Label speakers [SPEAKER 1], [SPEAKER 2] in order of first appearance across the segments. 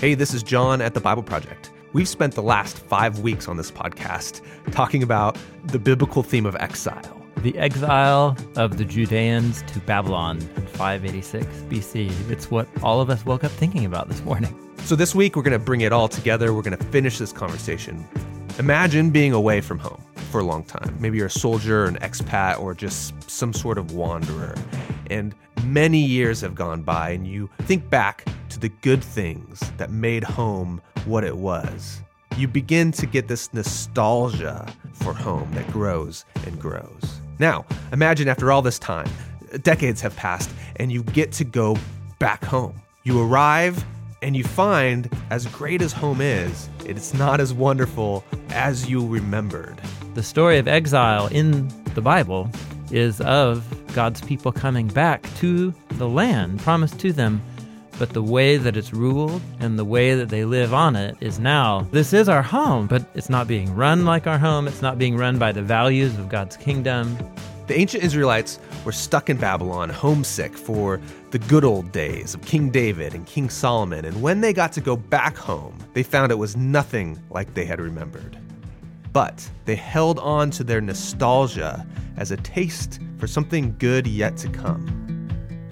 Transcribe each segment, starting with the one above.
[SPEAKER 1] Hey, this is John at the Bible Project. We've spent the last five weeks on this podcast talking about the biblical theme of exile.
[SPEAKER 2] The exile of the Judeans to Babylon in 586 BC. It's what all of us woke up thinking about this morning.
[SPEAKER 1] So, this week, we're going to bring it all together. We're going to finish this conversation. Imagine being away from home for a long time. Maybe you're a soldier, an expat, or just some sort of wanderer. And many years have gone by, and you think back to the good things that made home what it was. You begin to get this nostalgia for home that grows and grows. Now, imagine after all this time, decades have passed, and you get to go back home. You arrive and you find, as great as home is, it's not as wonderful as you remembered.
[SPEAKER 2] The story of exile in the Bible is of God's people coming back to the land promised to them, but the way that it's ruled and the way that they live on it is now this is our home, but it's not being run like our home, it's not being run by the values of God's kingdom.
[SPEAKER 1] The ancient Israelites were stuck in Babylon, homesick for the good old days of King David and King Solomon, and when they got to go back home, they found it was nothing like they had remembered. But they held on to their nostalgia as a taste for something good yet to come.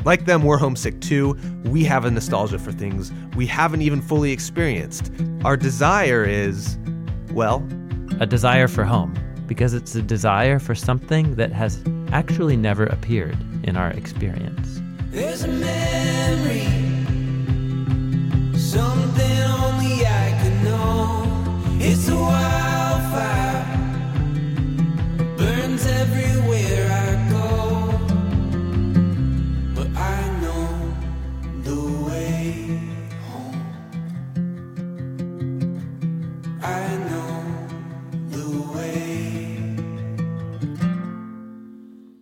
[SPEAKER 1] Like them, we're homesick too. We have a nostalgia for things we haven't even fully experienced. Our desire is, well,
[SPEAKER 2] A desire for home, because it's a desire for something that has actually never appeared in our experience.
[SPEAKER 3] There's a memory, something only I could know. It's a wildfire, burns everywhere I go. But I know the way home. I know the way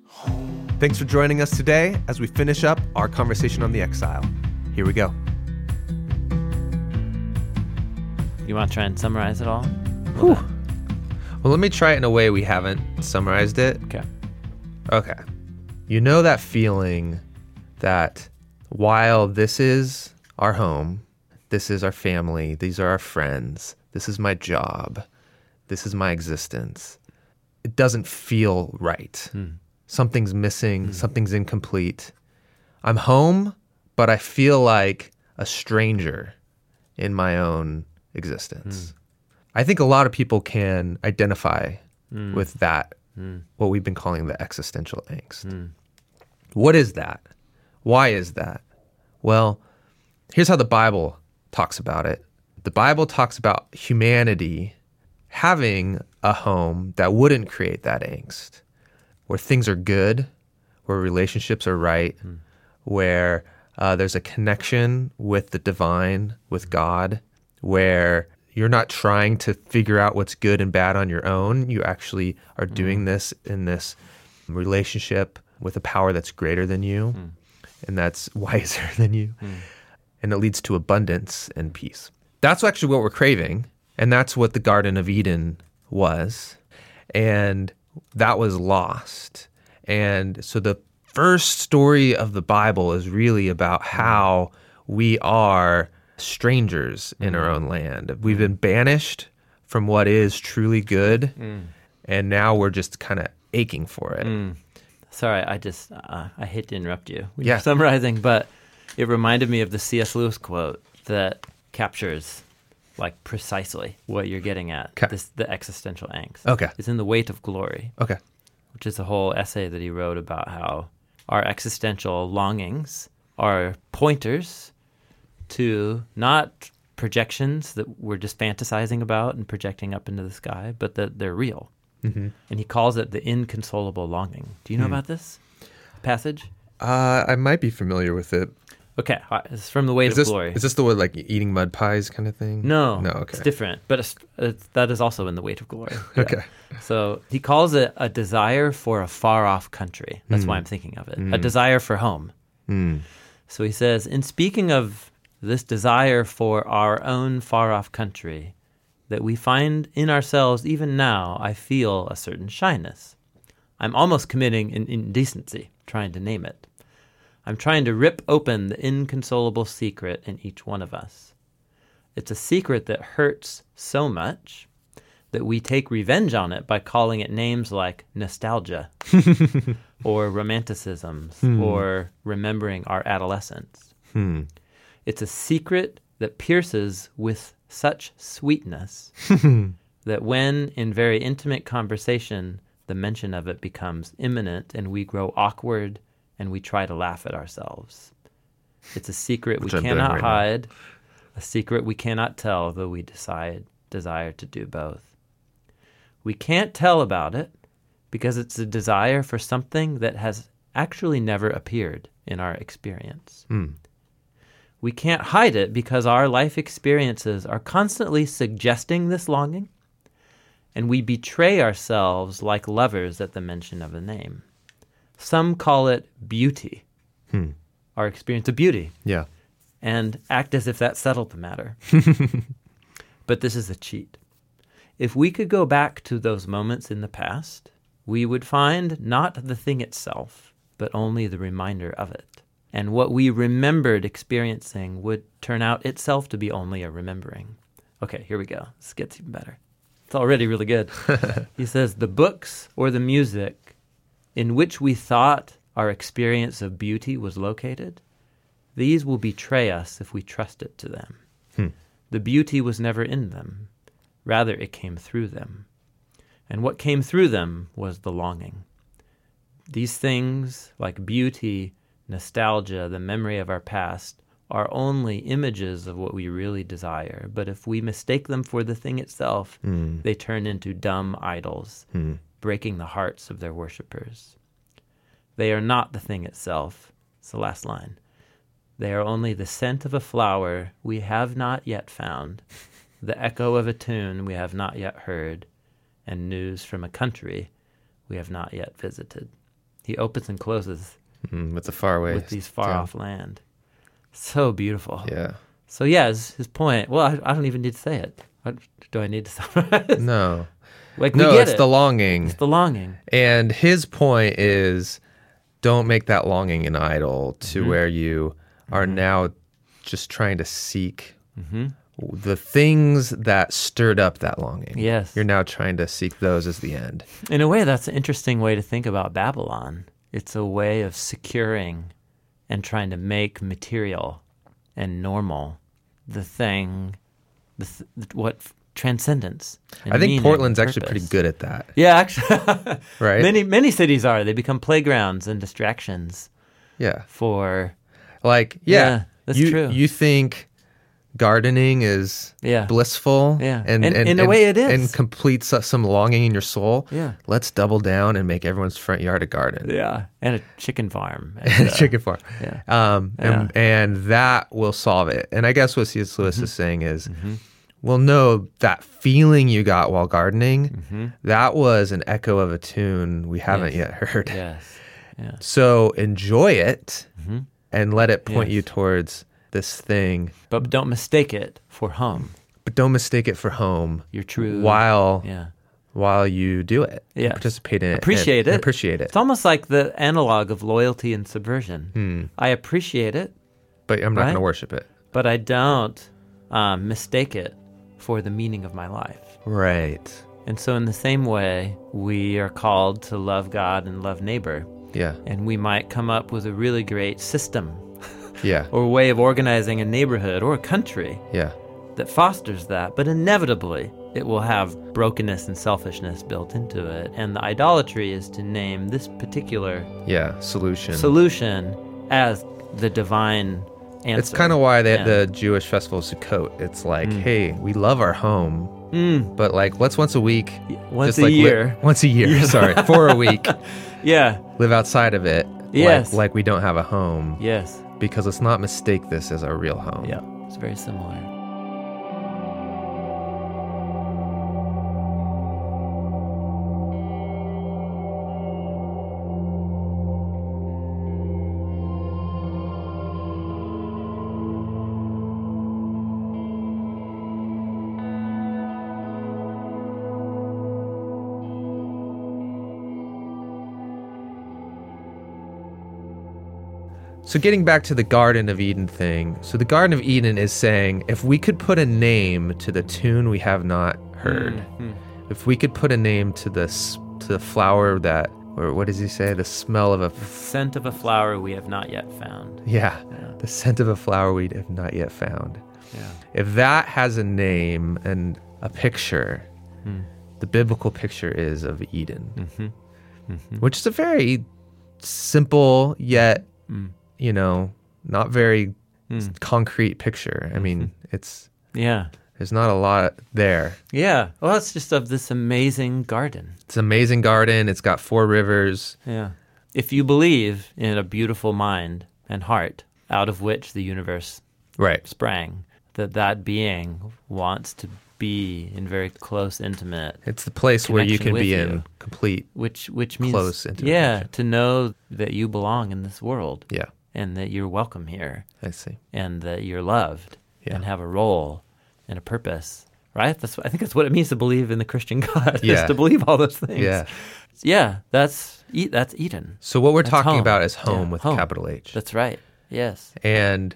[SPEAKER 3] home.
[SPEAKER 1] thanks for joining us today as we finish up our conversation on the exile. Here we go.
[SPEAKER 2] You want to try and summarize it all?
[SPEAKER 4] Well, let me try it in a way we haven't summarized it.
[SPEAKER 2] Okay.
[SPEAKER 4] Okay. You know that feeling that while this is our home, this is our family, these are our friends, this is my job, this is my existence, it doesn't feel right. Something's missing, something's incomplete. I'm home, but I feel like a stranger in my own existence. I think a lot of people can identify with that, what we've been calling the existential angst. What is that? Why is that? Well, here's how the Bible talks about it the Bible talks about humanity having a home that wouldn't create that angst, where things are good, where relationships are right, where uh, there's a connection with the divine, with God, where you're not trying to figure out what's good and bad on your own. You actually are doing this in this relationship with a power that's greater than you and that's wiser than you. And it leads to abundance and peace. That's actually what we're craving. And that's what the Garden of Eden was. And that was lost. And so the first story of the Bible is really about how we are strangers in our own land. We've been banished from what is truly good. And now we're just kind of aching for it.
[SPEAKER 2] Sorry, I just uh, I hate to interrupt you. When
[SPEAKER 4] Yeah.
[SPEAKER 2] You're summarizing, but it reminded me of the C.S. Lewis quote that captures like precisely what you're getting at.
[SPEAKER 4] 'Kay.
[SPEAKER 2] This the existential angst.
[SPEAKER 4] Okay.
[SPEAKER 2] It's in the weight of glory,
[SPEAKER 4] Okay.
[SPEAKER 2] which is a whole essay that he wrote about how our existential longings are pointers to not projections that we're just fantasizing about and projecting up into the sky, but that they're real.
[SPEAKER 4] Mm-hmm.
[SPEAKER 2] And he calls it the inconsolable longing. Do you
[SPEAKER 4] Hmm.
[SPEAKER 2] know about this passage?
[SPEAKER 4] Uh, I might be familiar with it.
[SPEAKER 2] Okay, all right, it's from the weight
[SPEAKER 4] Is this,
[SPEAKER 2] of glory.
[SPEAKER 4] is this the one like eating mud pies kind of thing?
[SPEAKER 2] no,
[SPEAKER 4] No, okay.
[SPEAKER 2] it's different, but it's, it's, that is also in the weight of glory. Yeah.
[SPEAKER 4] Okay.
[SPEAKER 2] So he calls it a desire for a far off country. That's
[SPEAKER 4] Hmm.
[SPEAKER 2] why I'm thinking of it. A desire for home. So he says, in speaking of this desire for our own far off country that we find in ourselves even now, I feel a certain shyness. I'm almost committing an indecency trying to name it. I'm trying to rip open the inconsolable secret in each one of us. It's a secret that hurts so much that we take revenge on it by calling it names like nostalgia or romanticisms
[SPEAKER 4] Hmm.
[SPEAKER 2] or remembering our adolescence. It's a secret that pierces with such sweetness that when in very intimate conversation, the mention of it becomes imminent and we grow awkward and we try to laugh at ourselves. It's a secret
[SPEAKER 4] Which
[SPEAKER 2] we
[SPEAKER 4] I'm doing
[SPEAKER 2] cannot
[SPEAKER 4] right now.
[SPEAKER 2] hide, a secret we cannot tell, though we decide desire to do both. We can't tell about it because it's a desire for something that has actually never appeared in our experience. We can't hide it because our life experiences are constantly suggesting this longing, and we betray ourselves like lovers at the mention of a name. Some call it beauty, our experience of beauty,
[SPEAKER 4] Yeah.
[SPEAKER 2] and act as if that settled the matter. but this is a cheat. If we could go back to those moments in the past, we would find not the thing itself, but only the reminder of it. And what we remembered experiencing would turn out itself to be only a remembering. Okay, here we go. This gets even better. It's already really good. he says the books or the music in which we thought our experience of beauty was located, these will betray us if we trust it to them. The beauty was never in them, rather, it came through them. And what came through them was the longing. These things, like beauty, nostalgia, the memory of our past, are only images of what we really desire. But if we mistake them for the thing itself, they turn into dumb idols, breaking the hearts of their worshippers. They are not the thing itself. It's the last line. They are only the scent of a flower we have not yet found, the echo of a tune we have not yet heard, and news from a country we have not yet visited. He opens and closes
[SPEAKER 4] Mm, with the far away.
[SPEAKER 2] with these far off land. So beautiful.
[SPEAKER 4] Yeah.
[SPEAKER 2] So, yeah, is his point. Well, I, I don't even need to say it. What, do I need to summarize?
[SPEAKER 4] No.
[SPEAKER 2] like, we
[SPEAKER 4] No,
[SPEAKER 2] get
[SPEAKER 4] it's
[SPEAKER 2] it.
[SPEAKER 4] the longing.
[SPEAKER 2] it's the longing.
[SPEAKER 4] And his point is don't make that longing an idol to
[SPEAKER 2] Mm-hmm.
[SPEAKER 4] where you are now just trying to seek
[SPEAKER 2] Mm-hmm.
[SPEAKER 4] the things that stirred up that longing.
[SPEAKER 2] Yes.
[SPEAKER 4] You're now trying to seek those as the end.
[SPEAKER 2] In a way, that's an interesting way to think about Babylon. It's a way of securing and trying to make material and normal the thing, the th- what f- transcendence. and
[SPEAKER 4] I think
[SPEAKER 2] meaning
[SPEAKER 4] Portland's
[SPEAKER 2] and
[SPEAKER 4] actually pretty
[SPEAKER 2] purpose.
[SPEAKER 4] good at that,
[SPEAKER 2] Yeah, actually,
[SPEAKER 4] right?
[SPEAKER 2] many many cities are. They become playgrounds and distractions
[SPEAKER 4] yeah.
[SPEAKER 2] for
[SPEAKER 4] Like, yeah,
[SPEAKER 2] Yeah, that's
[SPEAKER 4] you,
[SPEAKER 2] true.
[SPEAKER 4] You think gardening is
[SPEAKER 2] Yeah.
[SPEAKER 4] blissful,
[SPEAKER 2] Yeah.
[SPEAKER 4] and,
[SPEAKER 2] And-
[SPEAKER 4] and
[SPEAKER 2] in a
[SPEAKER 4] and-
[SPEAKER 2] way it is.
[SPEAKER 4] and completes uh, some longing in your soul.
[SPEAKER 2] Yeah.
[SPEAKER 4] let's double down and make everyone's front yard a garden,
[SPEAKER 2] yeah, and a chicken farm.
[SPEAKER 4] a
[SPEAKER 2] and, uh,
[SPEAKER 4] chicken farm.
[SPEAKER 2] yeah.
[SPEAKER 4] Um, and, and that will solve it. And I guess what C.S. Lewis
[SPEAKER 2] Mm-hmm.
[SPEAKER 4] is saying is. Well, no, that feeling you got while gardening,
[SPEAKER 2] Mm-hmm.
[SPEAKER 4] that was an echo of a tune we haven't yet heard.
[SPEAKER 2] yes, yeah, Mm-hmm.
[SPEAKER 4] So enjoy it and let it point
[SPEAKER 2] Yes.
[SPEAKER 4] you towards this thing,
[SPEAKER 2] but don't mistake it for home.
[SPEAKER 4] but don't mistake it for home.
[SPEAKER 2] Your true
[SPEAKER 4] while
[SPEAKER 2] yeah.
[SPEAKER 4] while you do it, and
[SPEAKER 2] Yes.
[SPEAKER 4] participate in it, and-
[SPEAKER 2] appreciate
[SPEAKER 4] and
[SPEAKER 2] it.
[SPEAKER 4] appreciate it.
[SPEAKER 2] It's almost like the analog of loyalty and subversion. I appreciate it,
[SPEAKER 4] But I'm not going
[SPEAKER 2] right?
[SPEAKER 4] to worship it.
[SPEAKER 2] but I don't um, mistake it for the meaning of my life.
[SPEAKER 4] Right.
[SPEAKER 2] And so, in the same way, we are called to love God and love neighbor.
[SPEAKER 4] Yeah.
[SPEAKER 2] And we might come up with a really great system
[SPEAKER 4] Yeah.
[SPEAKER 2] or way of organizing a neighborhood or a country
[SPEAKER 4] Yeah.
[SPEAKER 2] that fosters that, but inevitably it will have brokenness and selfishness built into it. And the idolatry is to name this particular
[SPEAKER 4] Yeah. Solution.
[SPEAKER 2] solution as the divine answer.
[SPEAKER 4] it's kind of why they had
[SPEAKER 2] Yeah. Mm.
[SPEAKER 4] the Jewish festival of Sukkot. It's like, hey, we love our home, but like, let's once a week,
[SPEAKER 2] once
[SPEAKER 4] just
[SPEAKER 2] a
[SPEAKER 4] like li-
[SPEAKER 2] year.
[SPEAKER 4] once a year. Sorry, for a week,
[SPEAKER 2] yeah,
[SPEAKER 4] live outside of it. like-
[SPEAKER 2] Yes.
[SPEAKER 4] Like, we don't have a home.
[SPEAKER 2] yes,
[SPEAKER 4] because let's not mistake this as our real home.
[SPEAKER 2] yeah. It's very similar.
[SPEAKER 4] So, getting back to the Garden of Eden thing, so the Garden of Eden is saying if we could put a name to the tune we have not heard, if we could put a name to this to the flower that, or what does he say, the smell of a
[SPEAKER 2] Scent of a flower we have not yet found.
[SPEAKER 4] Yeah. The scent of a flower we have not yet found.
[SPEAKER 2] Yeah.
[SPEAKER 4] If that has a name and a picture,
[SPEAKER 2] Hmm.
[SPEAKER 4] the biblical picture is of Eden,
[SPEAKER 2] Mm-hmm.
[SPEAKER 4] which is a very simple yet,
[SPEAKER 2] Hmm.
[SPEAKER 4] you know, not very s- concrete picture. I mean,
[SPEAKER 2] Mm-hmm.
[SPEAKER 4] it's
[SPEAKER 2] Yeah.
[SPEAKER 4] there's not a lot there.
[SPEAKER 2] Yeah. Well, it's just of this amazing garden.
[SPEAKER 4] It's an amazing garden. It's got four rivers.
[SPEAKER 2] Yeah. If you believe in a beautiful mind and heart out of which the universe
[SPEAKER 4] Right.
[SPEAKER 2] sprang, that that being wants to be in very close, intimate,
[SPEAKER 4] It's the place where you
[SPEAKER 2] Connection
[SPEAKER 4] can be
[SPEAKER 2] with
[SPEAKER 4] in
[SPEAKER 2] you.
[SPEAKER 4] complete.
[SPEAKER 2] which which means
[SPEAKER 4] Close, intimate
[SPEAKER 2] yeah,
[SPEAKER 4] connection.
[SPEAKER 2] to know that you belong in this world
[SPEAKER 4] Yeah,
[SPEAKER 2] and that you're welcome here
[SPEAKER 4] I see.
[SPEAKER 2] and that you're loved
[SPEAKER 4] Yeah.
[SPEAKER 2] and have a role and a purpose. Right? That's I think that's what it means to believe in the Christian God.
[SPEAKER 4] Yeah.
[SPEAKER 2] Is to believe all those things.
[SPEAKER 4] Yeah.
[SPEAKER 2] Yeah. That's E- that's Eden.
[SPEAKER 4] So what we're
[SPEAKER 2] That's
[SPEAKER 4] talking
[SPEAKER 2] home.
[SPEAKER 4] about is home
[SPEAKER 2] Yeah,
[SPEAKER 4] with
[SPEAKER 2] home.
[SPEAKER 4] capital H.
[SPEAKER 2] That's right. Yes.
[SPEAKER 4] And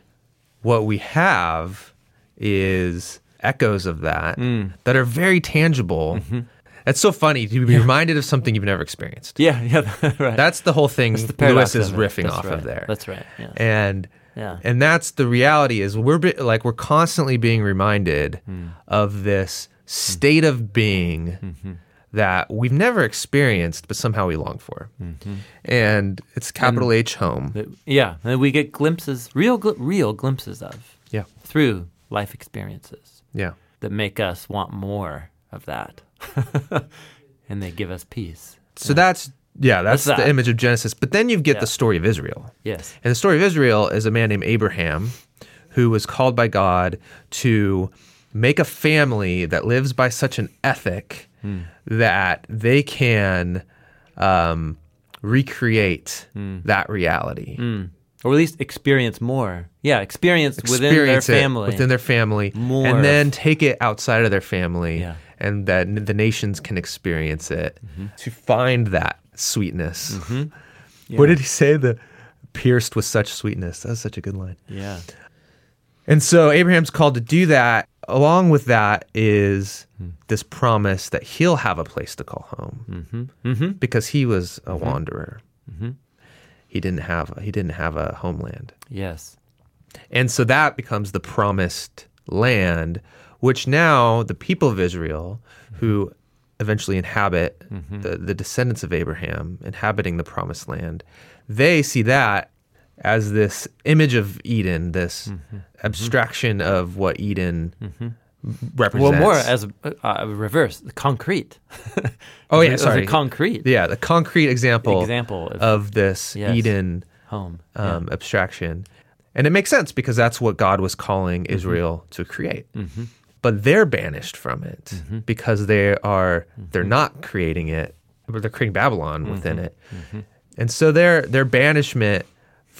[SPEAKER 4] what we have is echoes of that
[SPEAKER 2] Mm.
[SPEAKER 4] that are very tangible.
[SPEAKER 2] Mm-hmm.
[SPEAKER 4] That's so funny to be reminded of something you've never experienced.
[SPEAKER 2] Yeah. Yeah. right.
[SPEAKER 4] That's the whole thing
[SPEAKER 2] the
[SPEAKER 4] Lewis
[SPEAKER 2] paradox
[SPEAKER 4] is
[SPEAKER 2] of it.
[SPEAKER 4] riffing
[SPEAKER 2] That's
[SPEAKER 4] off
[SPEAKER 2] right.
[SPEAKER 4] of there.
[SPEAKER 2] That's right. Yeah.
[SPEAKER 4] And
[SPEAKER 2] Yeah.
[SPEAKER 4] and that's the reality is we're be, like we're constantly being reminded
[SPEAKER 2] Mm.
[SPEAKER 4] of this state of being
[SPEAKER 2] Mm-hmm.
[SPEAKER 4] that we've never experienced but somehow we long for.
[SPEAKER 2] Mm-hmm.
[SPEAKER 4] And it's capital H home.
[SPEAKER 2] That- yeah. And we get glimpses, real, gl- real glimpses of
[SPEAKER 4] yeah.
[SPEAKER 2] through life experiences
[SPEAKER 4] Yeah.
[SPEAKER 2] that make us want more of that, and they give us peace.
[SPEAKER 4] So that's yeah, that's,
[SPEAKER 2] That's
[SPEAKER 4] the
[SPEAKER 2] that.
[SPEAKER 4] image of Genesis. But then you get
[SPEAKER 2] Yeah.
[SPEAKER 4] the story of Israel.
[SPEAKER 2] Yes.
[SPEAKER 4] And the story of Israel is a man named Abraham who was called by God to make a family that lives by such an ethic that they can um, recreate that
[SPEAKER 2] Hmm.
[SPEAKER 4] reality.
[SPEAKER 2] Or at least experience more. Yeah. Experience, within their
[SPEAKER 4] Experience it
[SPEAKER 2] family.
[SPEAKER 4] within their family,
[SPEAKER 2] More
[SPEAKER 4] and
[SPEAKER 2] of-
[SPEAKER 4] then take it outside of their family,
[SPEAKER 2] Yeah. Mm-hmm.
[SPEAKER 4] and that n- the nations can experience it to find that sweetness.
[SPEAKER 2] Mm-hmm.
[SPEAKER 4] What did he say? The pierced with such sweetness. That was such a good line.
[SPEAKER 2] yeah.
[SPEAKER 4] And so Abraham's called to do that. Along with that is
[SPEAKER 2] Hmm.
[SPEAKER 4] this promise that he'll have a place to call home
[SPEAKER 2] Mm-hmm.
[SPEAKER 4] because he was a wanderer. He didn't have he didn't have a homeland.
[SPEAKER 2] Yes.
[SPEAKER 4] And so that becomes the promised land, which now the people of Israel, who eventually inhabit
[SPEAKER 2] Mm-hmm.
[SPEAKER 4] the, the descendants of Abraham, inhabiting the promised land, they see that as this image of Eden, this
[SPEAKER 2] Mm-hmm.
[SPEAKER 4] abstraction of what Eden
[SPEAKER 2] Well,
[SPEAKER 4] represents.
[SPEAKER 2] Mm-hmm. more as a, uh, reverse, concrete.
[SPEAKER 4] Oh, yeah,
[SPEAKER 2] As a
[SPEAKER 4] sorry.
[SPEAKER 2] concrete
[SPEAKER 4] yeah, the concrete example,
[SPEAKER 2] example of,
[SPEAKER 4] of this
[SPEAKER 2] Yes.
[SPEAKER 4] Eden
[SPEAKER 2] home.
[SPEAKER 4] um, abstraction. And it makes sense because that's what God was calling Israel to create. But they're banished from it because they are they're not creating it, but they're creating Babylon within it. And so their their banishment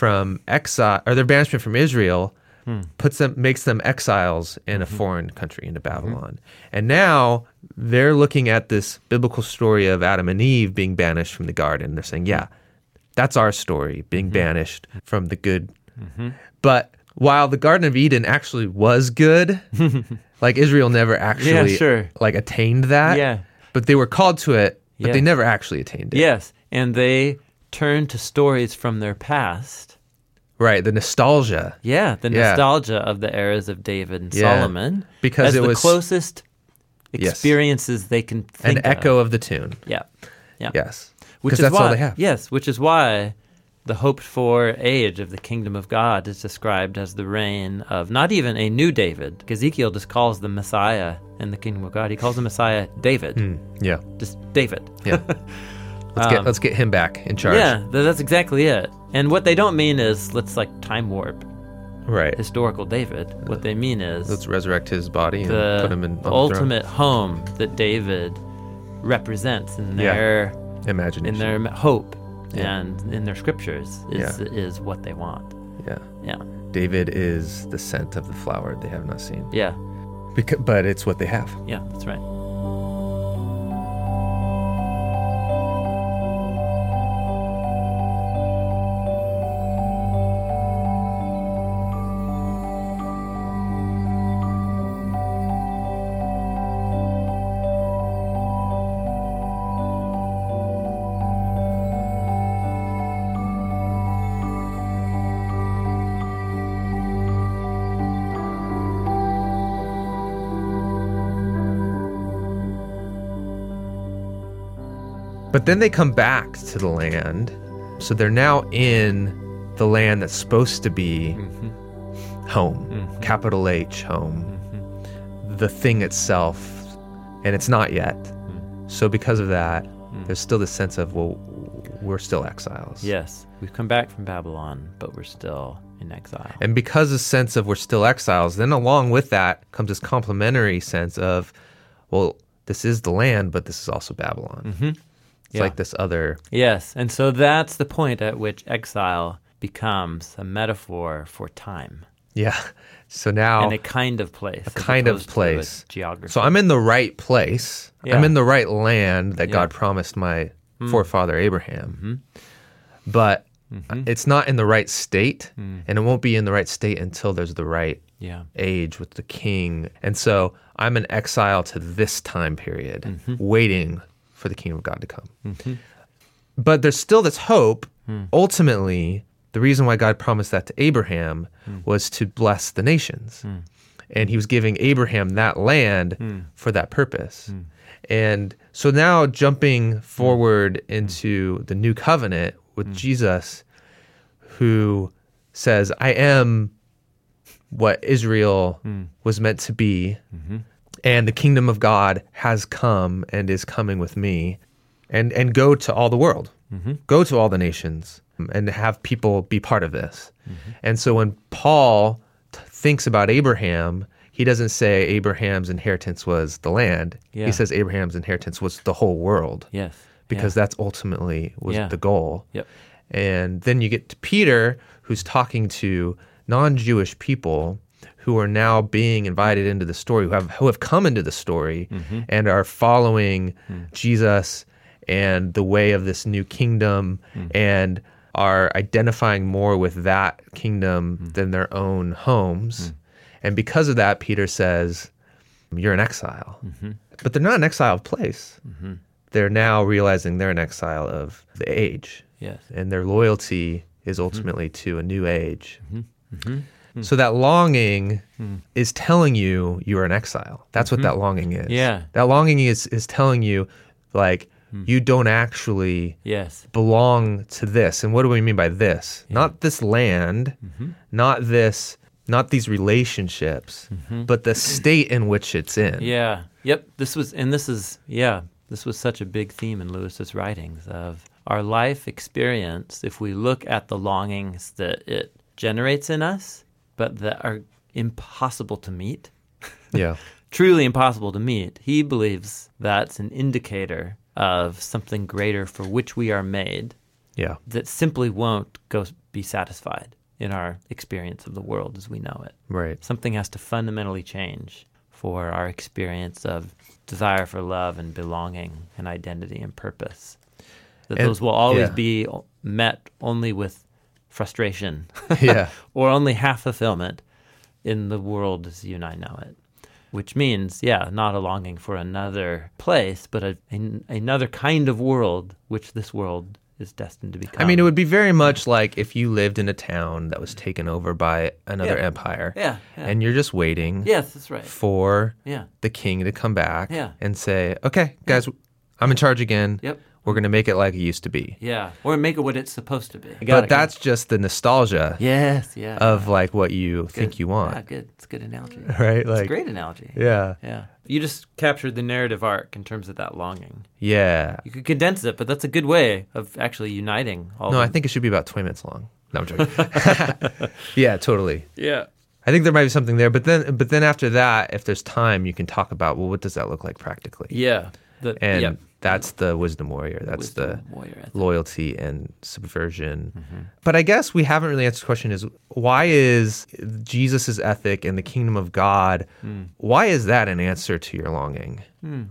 [SPEAKER 4] from exile or their banishment from Israel puts them makes them exiles in a foreign country into Babylon. And now they're looking at this biblical story of Adam and Eve being banished from the garden. They're saying, yeah, that's our story, being
[SPEAKER 2] Mm-hmm.
[SPEAKER 4] banished from the good. But while the Garden of Eden actually was good, like Israel never actually
[SPEAKER 2] sure.
[SPEAKER 4] like attained that.
[SPEAKER 2] Yeah.
[SPEAKER 4] But they were called to it, but they
[SPEAKER 2] Yes.
[SPEAKER 4] never actually attained it.
[SPEAKER 2] Yes. And they turn to stories from their past.
[SPEAKER 4] Right. The nostalgia.
[SPEAKER 2] Yeah, the
[SPEAKER 4] Yeah.
[SPEAKER 2] nostalgia of the eras of David and
[SPEAKER 4] Yeah,
[SPEAKER 2] Solomon
[SPEAKER 4] because
[SPEAKER 2] as
[SPEAKER 4] it
[SPEAKER 2] the
[SPEAKER 4] was-
[SPEAKER 2] closest
[SPEAKER 4] Yes.
[SPEAKER 2] experiences they can think
[SPEAKER 4] An echo of the tune.
[SPEAKER 2] Of. Yeah, yeah,
[SPEAKER 4] Yes.
[SPEAKER 2] Which
[SPEAKER 4] Because
[SPEAKER 2] is
[SPEAKER 4] that's
[SPEAKER 2] why,
[SPEAKER 4] all they have.
[SPEAKER 2] Yes, which is why the hoped for age of the kingdom of God is described as the reign of not even a new David. Ezekiel just calls the Messiah in the kingdom of God. He calls the Messiah David,
[SPEAKER 4] Yeah.
[SPEAKER 2] just David.
[SPEAKER 4] Yeah. let's get let's get him back in charge.
[SPEAKER 2] Um, Yeah, th- that's exactly it. And what they don't mean is let's like time warp
[SPEAKER 4] Right.
[SPEAKER 2] historical David. What they mean is
[SPEAKER 4] Let's resurrect his body and
[SPEAKER 2] the,
[SPEAKER 4] put him in on the throne.
[SPEAKER 2] ultimate home that David represents in
[SPEAKER 4] Yeah.
[SPEAKER 2] their in
[SPEAKER 4] imagination.
[SPEAKER 2] their hope
[SPEAKER 4] Yeah.
[SPEAKER 2] and in their scriptures is is what they want.
[SPEAKER 4] Yeah.
[SPEAKER 2] Yeah,
[SPEAKER 4] David is the scent of the flower they have not seen.
[SPEAKER 2] yeah,
[SPEAKER 4] Because, but it's what they have.
[SPEAKER 2] yeah. That's right.
[SPEAKER 4] But then they come back to the land. So they're now in the land that's supposed to be home, capital H, home, the thing itself. And it's not yet. So because of that, there's still this sense of, well, we're still exiles.
[SPEAKER 2] Yes, we've come back from Babylon, but we're still in exile.
[SPEAKER 4] And because this sense of we're still exiles, then along with that comes this complementary sense of, well, this is the land, but this is also Babylon. It's
[SPEAKER 2] Yeah.
[SPEAKER 4] like this other
[SPEAKER 2] Yes, and so that's the point at which exile becomes a metaphor for time
[SPEAKER 4] Yeah. So now,
[SPEAKER 2] and a kind of place. A
[SPEAKER 4] Oh. kind of place.
[SPEAKER 2] geography.
[SPEAKER 4] so I'm in the right place.
[SPEAKER 2] Yeah. Hmm.
[SPEAKER 4] I'm in the right land that God promised my forefather Abraham.
[SPEAKER 2] Mm-hmm.
[SPEAKER 4] But it's not in the right state,
[SPEAKER 2] Hmm.
[SPEAKER 4] and it won't be in the right state until there's the right
[SPEAKER 2] yeah.
[SPEAKER 4] age with the king. And so I'm an exile to this time period, waiting for the kingdom of God to come. But there's still this hope. Ultimately, the reason why God promised that to Abraham was to bless the nations. And he was giving Abraham that land for that purpose. And so now, jumping forward into the new covenant with Jesus, who says, I am what Israel
[SPEAKER 2] Hmm.
[SPEAKER 4] was meant to be,
[SPEAKER 2] Mm-hmm.
[SPEAKER 4] and the kingdom of God has come and is coming with me, and and go to all the world,
[SPEAKER 2] Mm-hmm.
[SPEAKER 4] go to all the nations, and have people be part of this.
[SPEAKER 2] Mm-hmm.
[SPEAKER 4] And so when Paul t- thinks about Abraham, he doesn't say Abraham's inheritance was the land.
[SPEAKER 2] Yeah.
[SPEAKER 4] He says Abraham's inheritance was the whole world
[SPEAKER 2] Yes.
[SPEAKER 4] because that's ultimately was
[SPEAKER 2] Yeah.
[SPEAKER 4] the goal.
[SPEAKER 2] Yep.
[SPEAKER 4] And then you get to Peter, who's talking to non-Jewish people who are now being invited into the story, who have who have come into the story and are following Jesus and the way of this new kingdom and are identifying more with that kingdom than their own homes. And because of that, Peter says, You're an exile. But they're not an exile of place they're now realizing they're an exile of the age
[SPEAKER 2] yes.
[SPEAKER 4] and their loyalty is
[SPEAKER 2] Mm-hmm.
[SPEAKER 4] ultimately to a new age
[SPEAKER 2] Mm.
[SPEAKER 4] so that longing is telling you you're an exile that's what that longing is
[SPEAKER 2] Mm-hmm. Yeah. Mm.
[SPEAKER 4] that longing is is telling you like you don't actually
[SPEAKER 2] Yes.
[SPEAKER 4] belong to this and what do we mean by this not this land
[SPEAKER 2] Mm-hmm.
[SPEAKER 4] not this not these relationships but the state in which it's in
[SPEAKER 2] Mm-hmm. Yeah. Yep. This was, and this is, yeah, this was such a big theme in Lewis's writings of our life experience. If we look at the longings that it generates in us, but that are impossible to meet,
[SPEAKER 4] yeah
[SPEAKER 2] truly impossible to meet, he believes that's an indicator of something greater for which we are made
[SPEAKER 4] yeah
[SPEAKER 2] that simply won't go be satisfied in our experience of the world as we know it.
[SPEAKER 4] right
[SPEAKER 2] Something has to fundamentally change for our experience of desire for love and belonging and identity and purpose. That
[SPEAKER 4] And-
[SPEAKER 2] those will always
[SPEAKER 4] yeah.
[SPEAKER 2] be o- met only with frustration
[SPEAKER 4] yeah
[SPEAKER 2] or only half fulfillment in the world as you and I know it. Which means, yeah, not a longing for another place, but a, an another kind of world which this world is destined to become.
[SPEAKER 4] I mean, it would be very much like if you lived in a town that was taken over by another
[SPEAKER 2] Yeah.
[SPEAKER 4] empire.
[SPEAKER 2] Yeah, yeah.
[SPEAKER 4] And you're just waiting
[SPEAKER 2] Yes, that's right.
[SPEAKER 4] for
[SPEAKER 2] Yeah.
[SPEAKER 4] the king to come back
[SPEAKER 2] Yeah.
[SPEAKER 4] and say, okay, guys, I'm in charge again.
[SPEAKER 2] Yep.
[SPEAKER 4] We're going to make it like it used to be.
[SPEAKER 2] Yeah. Or make it what it's supposed to be.
[SPEAKER 4] But that's just the nostalgia
[SPEAKER 2] Yes, yeah.
[SPEAKER 4] of like what you think
[SPEAKER 2] Good.
[SPEAKER 4] you
[SPEAKER 2] Yeah,
[SPEAKER 4] want.
[SPEAKER 2] good. It's a good analogy.
[SPEAKER 4] Right?
[SPEAKER 2] It's a
[SPEAKER 4] Like,
[SPEAKER 2] great analogy.
[SPEAKER 4] yeah.
[SPEAKER 2] Yeah. You just captured the narrative arc in terms of that longing.
[SPEAKER 4] Yeah.
[SPEAKER 2] You could condense it, but that's a good way of actually uniting all
[SPEAKER 4] No,
[SPEAKER 2] of
[SPEAKER 4] I think it should be about 20 minutes long. No, I'm joking. yeah, totally.
[SPEAKER 2] Yeah.
[SPEAKER 4] I think there might be something there, but then, but then after that, if there's time, you can talk about well, what does that look like practically?
[SPEAKER 2] Yeah. The,
[SPEAKER 4] and
[SPEAKER 2] yep.
[SPEAKER 4] that's the wisdom warrior. That's
[SPEAKER 2] Wisdom
[SPEAKER 4] the
[SPEAKER 2] warrior, I think. Mm-hmm.
[SPEAKER 4] loyalty and subversion. But I guess we haven't really answered the question: is why is Jesus's ethic and the kingdom of God?
[SPEAKER 2] Hmm.
[SPEAKER 4] Why is that an answer to your longing?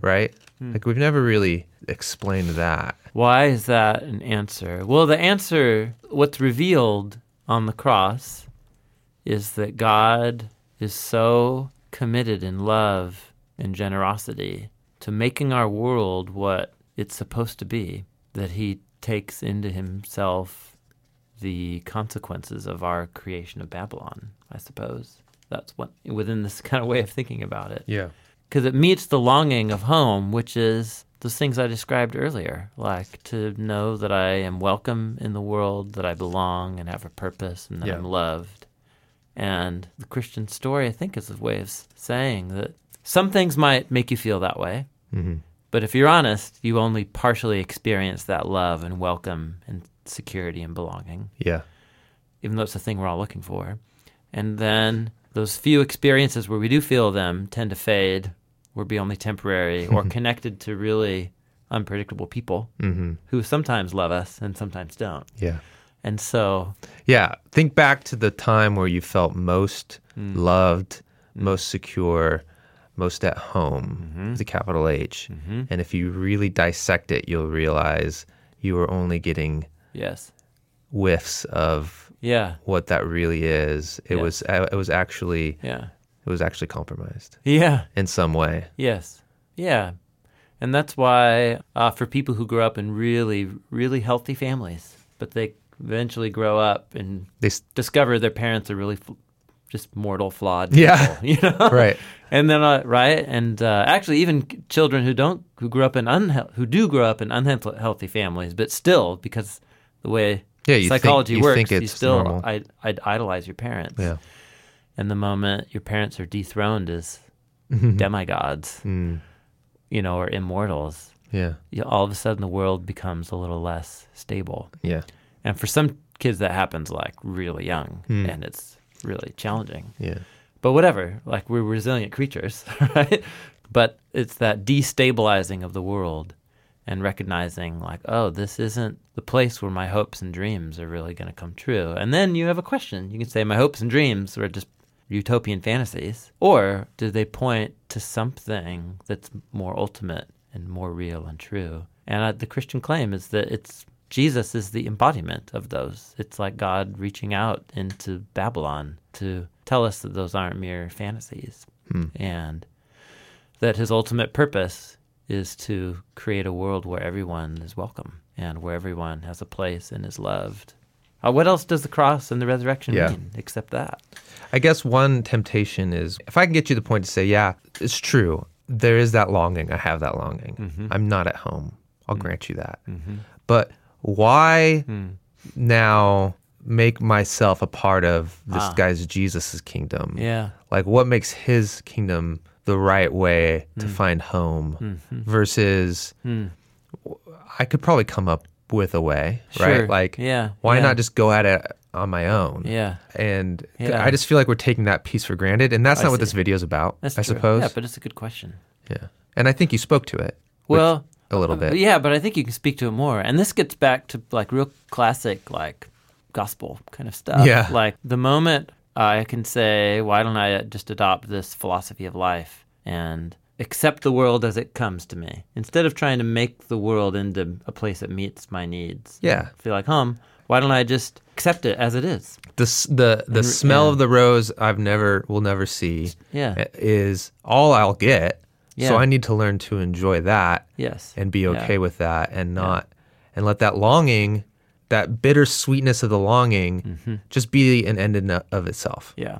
[SPEAKER 4] Right?
[SPEAKER 2] Hmm.
[SPEAKER 4] Like we've never really explained that.
[SPEAKER 2] Why is that an answer? Well, the answer, what's revealed on the cross, is that God is so committed in love and generosity to making our world what it's supposed to be that He takes into Himself the consequences of our creation of Babylon, I suppose. That's what, within this kind of way of thinking about it
[SPEAKER 4] Yeah.
[SPEAKER 2] because it meets the longing of home, which is those things I described earlier, like to know that I am welcome in the world, that I belong and have a purpose, and that
[SPEAKER 4] Yeah.
[SPEAKER 2] I'm loved. And the Christian story, I think, is a way of s- saying that some things might make you feel that way,
[SPEAKER 4] Mm-hmm.
[SPEAKER 2] but if you're honest, you only partially experience that love and welcome and security and belonging
[SPEAKER 4] Yeah.
[SPEAKER 2] even though it's the thing we're all looking for. And then those few experiences where we do feel them tend to fade or be only temporary or connected to really unpredictable people who sometimes love us and sometimes don't.
[SPEAKER 4] Yeah.
[SPEAKER 2] And so,
[SPEAKER 4] Yeah. Think back to the time where you felt most
[SPEAKER 2] Hmm.
[SPEAKER 4] loved, most secure, most at home,
[SPEAKER 2] Mm-hmm.
[SPEAKER 4] the capital H. And if you really dissect it, you'll realize you were only getting
[SPEAKER 2] yes.
[SPEAKER 4] whiffs of
[SPEAKER 2] Yeah.
[SPEAKER 4] what that really is. It
[SPEAKER 2] Yeah.
[SPEAKER 4] was uh, it was actually
[SPEAKER 2] Yeah.
[SPEAKER 4] it was actually compromised
[SPEAKER 2] Yeah.
[SPEAKER 4] in some way.
[SPEAKER 2] Yes. Yeah. And that's why uh, for people who grow up in really, really healthy families, but they eventually grow up and
[SPEAKER 4] They s-
[SPEAKER 2] discover their parents are really f- just mortal, flawed.
[SPEAKER 4] Yeah.
[SPEAKER 2] people, you know?
[SPEAKER 4] right.
[SPEAKER 2] and then uh, right and uh, actually even c- children who don't who grew up in unhe- who do grow up in unhealthy families but still because the way
[SPEAKER 4] Yeah, you think-
[SPEAKER 2] psychology
[SPEAKER 4] you
[SPEAKER 2] works
[SPEAKER 4] think
[SPEAKER 2] you
[SPEAKER 4] it's
[SPEAKER 2] still
[SPEAKER 4] normal.
[SPEAKER 2] i I'd idolize your parents
[SPEAKER 4] Yeah.
[SPEAKER 2] and the moment your parents are dethroned as demigods you know or immortals
[SPEAKER 4] Mm. Yeah.
[SPEAKER 2] you, all of a sudden the world becomes a little less stable
[SPEAKER 4] Yeah.
[SPEAKER 2] and for some kids that happens like really young
[SPEAKER 4] Hmm.
[SPEAKER 2] and it's really challenging
[SPEAKER 4] Yeah.
[SPEAKER 2] but whatever, like we're resilient creatures, right? But it's that destabilizing of the world and recognizing, like, oh, this isn't the place where my hopes and dreams are really going to come true. And then you have a question. You can say, my hopes and dreams were just utopian fantasies, or do they point to something that's more ultimate and more real and true? And uh, the Christian claim is that it's Jesus is the embodiment of those. It's like God reaching out into Babylon to tell us that those aren't mere fantasies
[SPEAKER 4] Hmm.
[SPEAKER 2] and that his ultimate purpose is to create a world where everyone is welcome and where everyone has a place and is loved. Uh, what else does the cross and the resurrection
[SPEAKER 4] Yeah.
[SPEAKER 2] mean except that?
[SPEAKER 4] I guess one temptation is if I can get you the point to say, yeah, it's true. There is that longing. I have that longing.
[SPEAKER 2] Mm-hmm.
[SPEAKER 4] I'm not at home.
[SPEAKER 2] Mm.
[SPEAKER 4] I'll grant you that. But why now make myself a part of this guy's Jesus' kingdom?
[SPEAKER 2] Ah. Yeah.
[SPEAKER 4] Like, what makes his kingdom the right way
[SPEAKER 2] Mm.
[SPEAKER 4] to find home
[SPEAKER 2] Mm-hmm.
[SPEAKER 4] versus I could probably come up with a way,
[SPEAKER 2] Sure.
[SPEAKER 4] right? Like,
[SPEAKER 2] Yeah,
[SPEAKER 4] why
[SPEAKER 2] yeah.
[SPEAKER 4] not just go at it on my own?
[SPEAKER 2] Yeah.
[SPEAKER 4] and
[SPEAKER 2] Yeah.
[SPEAKER 4] I just feel like we're taking that piece for granted, and that's
[SPEAKER 2] I
[SPEAKER 4] not what
[SPEAKER 2] see.
[SPEAKER 4] this video is about.
[SPEAKER 2] That's
[SPEAKER 4] I
[SPEAKER 2] true.
[SPEAKER 4] suppose.
[SPEAKER 2] Yeah, but it's a good question.
[SPEAKER 4] Yeah. and I think you spoke to it. which-
[SPEAKER 2] Well, uh,
[SPEAKER 4] a little bit.
[SPEAKER 2] Yeah, but I think you can speak to it more. And this gets back to like real classic, like gospel kind of stuff.
[SPEAKER 4] Yeah.
[SPEAKER 2] Like the moment I can say, why don't I just adopt this philosophy of life and accept the world as it comes to me instead of trying to make the world into a place that meets my needs?
[SPEAKER 4] Yeah.
[SPEAKER 2] Feel like home. Why don't I just accept it as it is?
[SPEAKER 4] the s- the the smell of the rose I've never will never see.
[SPEAKER 2] Yeah.
[SPEAKER 4] i- is all I'll get.
[SPEAKER 2] Yeah.
[SPEAKER 4] So I need to learn to enjoy that.
[SPEAKER 2] Yes.
[SPEAKER 4] and be
[SPEAKER 2] Yeah.
[SPEAKER 4] okay with that, and not and let that longing, that bittersweetness of the longing,
[SPEAKER 2] Mm-hmm.
[SPEAKER 4] just be an end in o- of itself.
[SPEAKER 2] Yeah.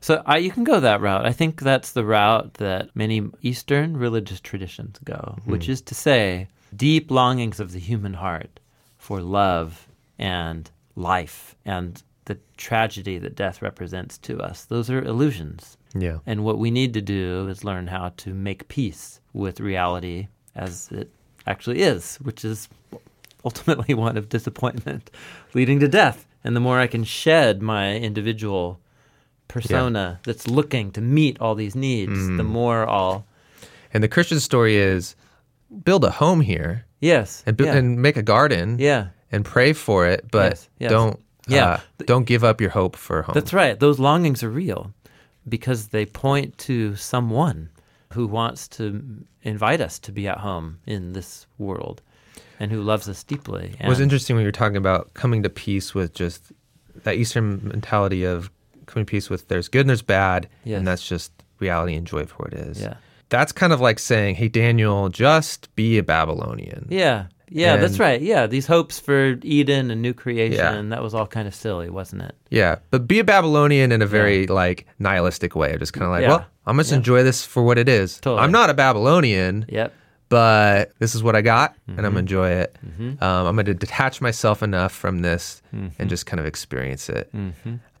[SPEAKER 2] So I, you can go that route. I think that's the route that many Eastern religious traditions go, which is to say, deep longings of the human heart for love and life and the tragedy that death represents to us. Those are illusions.
[SPEAKER 4] Yeah.
[SPEAKER 2] And what we need to do is learn how to make peace with reality as it actually is, which is ultimately one of disappointment leading to death. And the more I can shed my individual persona that's looking to meet all these needs,
[SPEAKER 4] Mm.
[SPEAKER 2] the more I'll.
[SPEAKER 4] And the Christian story is build a home here
[SPEAKER 2] Yes.
[SPEAKER 4] and bu-
[SPEAKER 2] yeah.
[SPEAKER 4] and make a garden.
[SPEAKER 2] yeah.
[SPEAKER 4] and pray for it, but
[SPEAKER 2] Yes, yes.
[SPEAKER 4] don't
[SPEAKER 2] Yeah.
[SPEAKER 4] uh, don't give up your hope for home.
[SPEAKER 2] That's right. Those longings are real because they point to someone who wants to invite us to be at home in this world and who loves us deeply.
[SPEAKER 4] It was
[SPEAKER 2] And-
[SPEAKER 4] interesting when you were talking about coming to peace with just that Eastern mentality of coming to peace with there's good and there's bad,
[SPEAKER 2] Yes.
[SPEAKER 4] and that's just reality and joy for it is.
[SPEAKER 2] Yeah.
[SPEAKER 4] That's kind of like saying, "Hey Daniel, just be a Babylonian."
[SPEAKER 2] Yeah. Yeah, that's
[SPEAKER 4] And-
[SPEAKER 2] right. Yeah, these hopes for Eden and new creation,
[SPEAKER 4] Yeah.
[SPEAKER 2] that was all kind of silly, wasn't it?
[SPEAKER 4] Yeah, but be a Babylonian in a very like nihilistic way, just kind of like,
[SPEAKER 2] Yeah.
[SPEAKER 4] "Well, I'm just enjoy this for what it is.
[SPEAKER 2] Totally.
[SPEAKER 4] I'm not a Babylonian,
[SPEAKER 2] Yep.
[SPEAKER 4] but this is what I got, and
[SPEAKER 2] Mm-hmm.
[SPEAKER 4] I'm gonna enjoy it. Um, I'm gonna detach myself enough from this
[SPEAKER 2] Mm-hmm.
[SPEAKER 4] and just kind of experience it.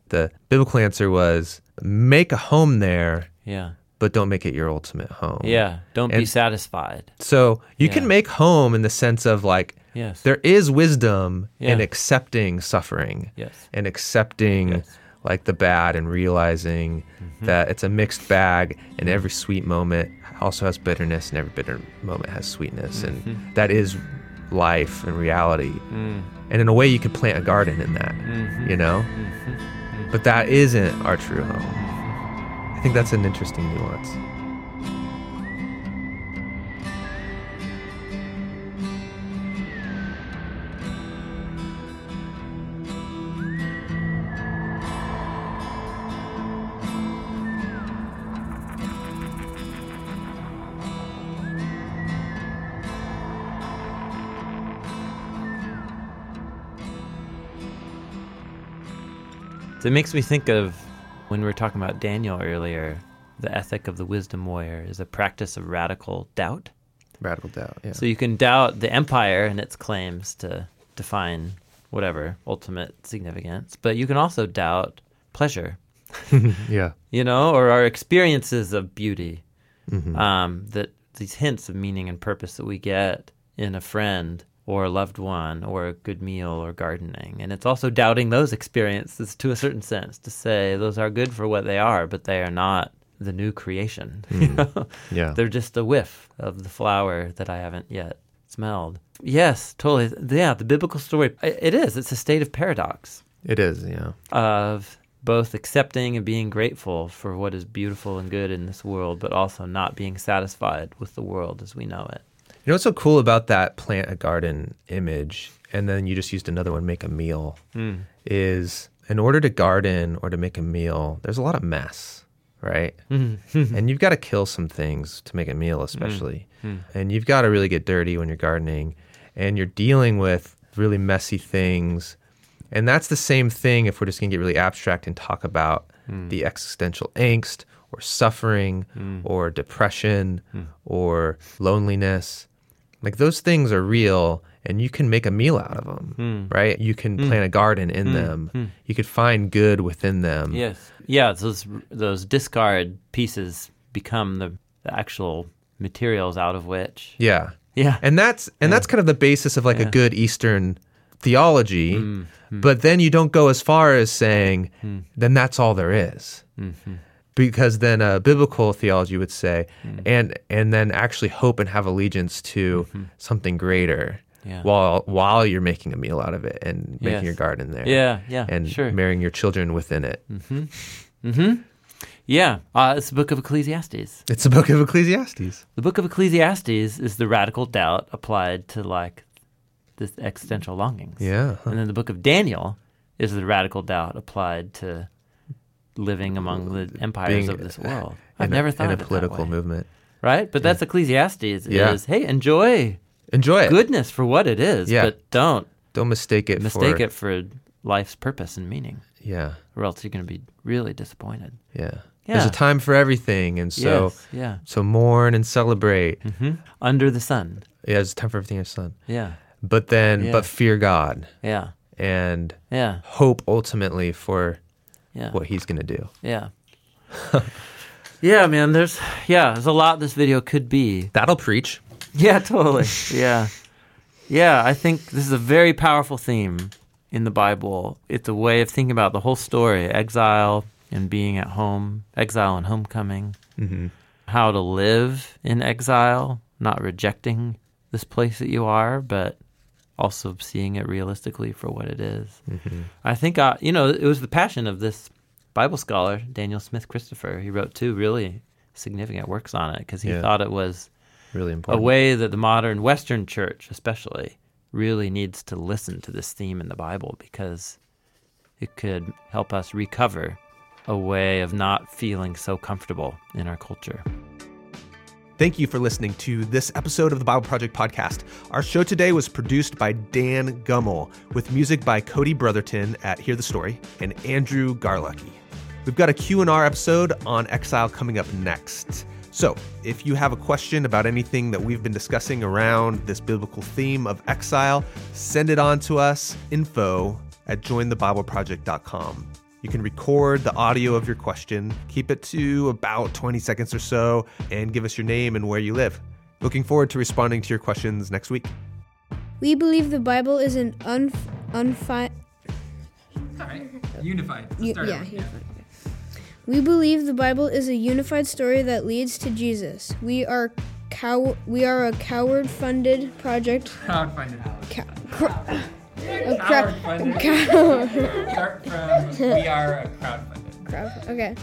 [SPEAKER 4] The biblical answer was make a home there,
[SPEAKER 2] Yeah.
[SPEAKER 4] but don't make it your ultimate home.
[SPEAKER 2] Yeah. Don't be
[SPEAKER 4] And-
[SPEAKER 2] satisfied.
[SPEAKER 4] So you
[SPEAKER 2] Yeah.
[SPEAKER 4] can make home in the sense of like
[SPEAKER 2] Yes.
[SPEAKER 4] there is wisdom in
[SPEAKER 2] Yeah.
[SPEAKER 4] accepting suffering
[SPEAKER 2] Yes.
[SPEAKER 4] and accepting
[SPEAKER 2] Yes.
[SPEAKER 4] like the bad and realizing that it's a mixed bag and every sweet moment also has bitterness and every bitter moment has sweetness and that is life and reality and in a way you could plant a garden in that you know but that isn't our true home i think that's an interesting nuance
[SPEAKER 2] So it makes me think of when we were talking about Daniel earlier, the ethic of the wisdom warrior is a practice of radical doubt.
[SPEAKER 4] radical doubt yeah
[SPEAKER 2] So you can doubt the empire and its claims to define whatever ultimate significance, but you can also doubt pleasure,
[SPEAKER 4] yeah
[SPEAKER 2] you know, or our experiences of beauty. Um, that these hints of meaning and purpose that we get in a friend or a loved one or a good meal or gardening. And it's also doubting those experiences to a certain sense to say those are good for what they are, but they are not the new creation. you know?
[SPEAKER 4] Yeah.
[SPEAKER 2] They're just a whiff of the flower that I haven't yet smelled. Yes, totally. Yeah, the biblical story, i- it is. It's a state of paradox
[SPEAKER 4] it is yeah
[SPEAKER 2] of both accepting and being grateful for what is beautiful and good in this world, but also not being satisfied with the world as we know it.
[SPEAKER 4] You know what's so cool about that plant a garden image, and then you just used another one, make a meal, is in order to garden or to make a meal, there's a lot of mess, right? and you've got to kill some things to make a meal, especially. And you've got to really get dirty when you're gardening, and you're dealing with really messy things. And that's the same thing if we're just going to get really abstract and talk about the existential angst or suffering or depression or loneliness. Like those things are real and you can make a meal out of them, right? You can plant a garden in them. You could find good within them.
[SPEAKER 2] Yes. Yeah, those those discard pieces become the, the actual materials out of which.
[SPEAKER 4] Yeah.
[SPEAKER 2] Yeah.
[SPEAKER 4] And that's and that's kind of the basis of like a good Eastern theology.
[SPEAKER 2] Mm,
[SPEAKER 4] But then you don't go as far as saying, then that's all there is.
[SPEAKER 2] Mm-hmm.
[SPEAKER 4] Because then a biblical theology would say,
[SPEAKER 2] Mm.
[SPEAKER 4] and and then actually hope and have allegiance to something greater
[SPEAKER 2] Mm-hmm. Yeah.
[SPEAKER 4] while while you're making a meal out of it and making
[SPEAKER 2] Yes.
[SPEAKER 4] your garden there.
[SPEAKER 2] Yeah, yeah,
[SPEAKER 4] And
[SPEAKER 2] sure. Mm.
[SPEAKER 4] marrying your children within it.
[SPEAKER 2] yeah. Uh, it's the book of Ecclesiastes.
[SPEAKER 4] It's the book of Ecclesiastes.
[SPEAKER 2] The book of Ecclesiastes is the radical doubt applied to like this existential longings.
[SPEAKER 4] Yeah.
[SPEAKER 2] And then the book of Daniel is the radical doubt applied to living among the empires
[SPEAKER 4] Being
[SPEAKER 2] of this world. I've
[SPEAKER 4] in a-
[SPEAKER 2] never thought
[SPEAKER 4] in a
[SPEAKER 2] of it that
[SPEAKER 4] political
[SPEAKER 2] way.
[SPEAKER 4] movement.
[SPEAKER 2] Right? But that's Ecclesiastes
[SPEAKER 4] Yeah.
[SPEAKER 2] is hey, enjoy
[SPEAKER 4] Enjoy it.
[SPEAKER 2] goodness for what it is,
[SPEAKER 4] Yeah.
[SPEAKER 2] but don't
[SPEAKER 4] Don't mistake it
[SPEAKER 2] mistake
[SPEAKER 4] for
[SPEAKER 2] it for life's purpose and meaning,
[SPEAKER 4] Yeah.
[SPEAKER 2] or else you're going to be really disappointed.
[SPEAKER 4] Yeah. There's
[SPEAKER 2] Yeah.
[SPEAKER 4] a time for everything. And so
[SPEAKER 2] Yes, Mm-hmm. yeah.
[SPEAKER 4] so mourn and celebrate.
[SPEAKER 2] Under the sun.
[SPEAKER 4] Yeah, there's a time for everything under the sun.
[SPEAKER 2] Yeah.
[SPEAKER 4] But then
[SPEAKER 2] Yeah.
[SPEAKER 4] but fear God
[SPEAKER 2] Yeah.
[SPEAKER 4] and
[SPEAKER 2] Yeah.
[SPEAKER 4] hope ultimately for
[SPEAKER 2] Yeah.
[SPEAKER 4] what he's gonna do.
[SPEAKER 2] Yeah. yeah, man. There's yeah, there's a lot this video could be.
[SPEAKER 4] That'll preach.
[SPEAKER 2] Yeah, totally. yeah. Yeah, I think this is a very powerful theme in the Bible. It's a way of thinking about the whole story exile and being at home, exile and homecoming, how to live in exile, not rejecting this place that you are, but also seeing it realistically for what it is. I think, I, you know, it was the passion of this Bible scholar, Daniel Smith Christopher. He wrote two really significant works on it because he
[SPEAKER 4] Yeah.
[SPEAKER 2] thought it was
[SPEAKER 4] Really
[SPEAKER 2] a
[SPEAKER 4] important.
[SPEAKER 2] way that the modern Western church, especially, really needs to listen to this theme in the Bible because it could help us recover a way of not feeling so comfortable in our culture.
[SPEAKER 1] Thank you for listening to this episode of the Bible Project Podcast. Our show today was produced by Dan Gummel with music by Cody Brotherton at Hear the Story and Andrew Garlucky. We've got a Q&R episode on exile coming up next.
[SPEAKER 4] So, if you have a question about anything that we've been discussing around this biblical theme of exile, send it on to us info at jointhebibleproject.com. You can record the audio of your question, keep it to about 20 seconds or so, and give us your name and where you live. Looking forward to responding to your questions next week.
[SPEAKER 5] We believe the Bible is an unf unfi-
[SPEAKER 6] All right. Unified. Let's
[SPEAKER 5] u-
[SPEAKER 6] start
[SPEAKER 5] yeah,
[SPEAKER 6] over.
[SPEAKER 5] here. We believe the Bible is a unified story that leads to Jesus. We are cow we are a coward funded project
[SPEAKER 6] Crowdfunded.
[SPEAKER 5] ca- cr- a cra-
[SPEAKER 6] Crowdfunded.
[SPEAKER 5] cow-
[SPEAKER 6] Start from we are a crowdfunded.
[SPEAKER 5] crowd- okay.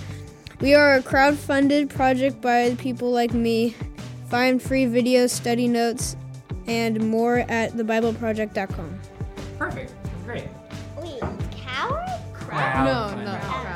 [SPEAKER 5] We are a crowdfunded project by people like me. Find free videos, study notes, and more at thebibleproject.com.
[SPEAKER 6] Perfect. Great.
[SPEAKER 7] Wait, coward?
[SPEAKER 6] Crowdfunded.
[SPEAKER 5] no.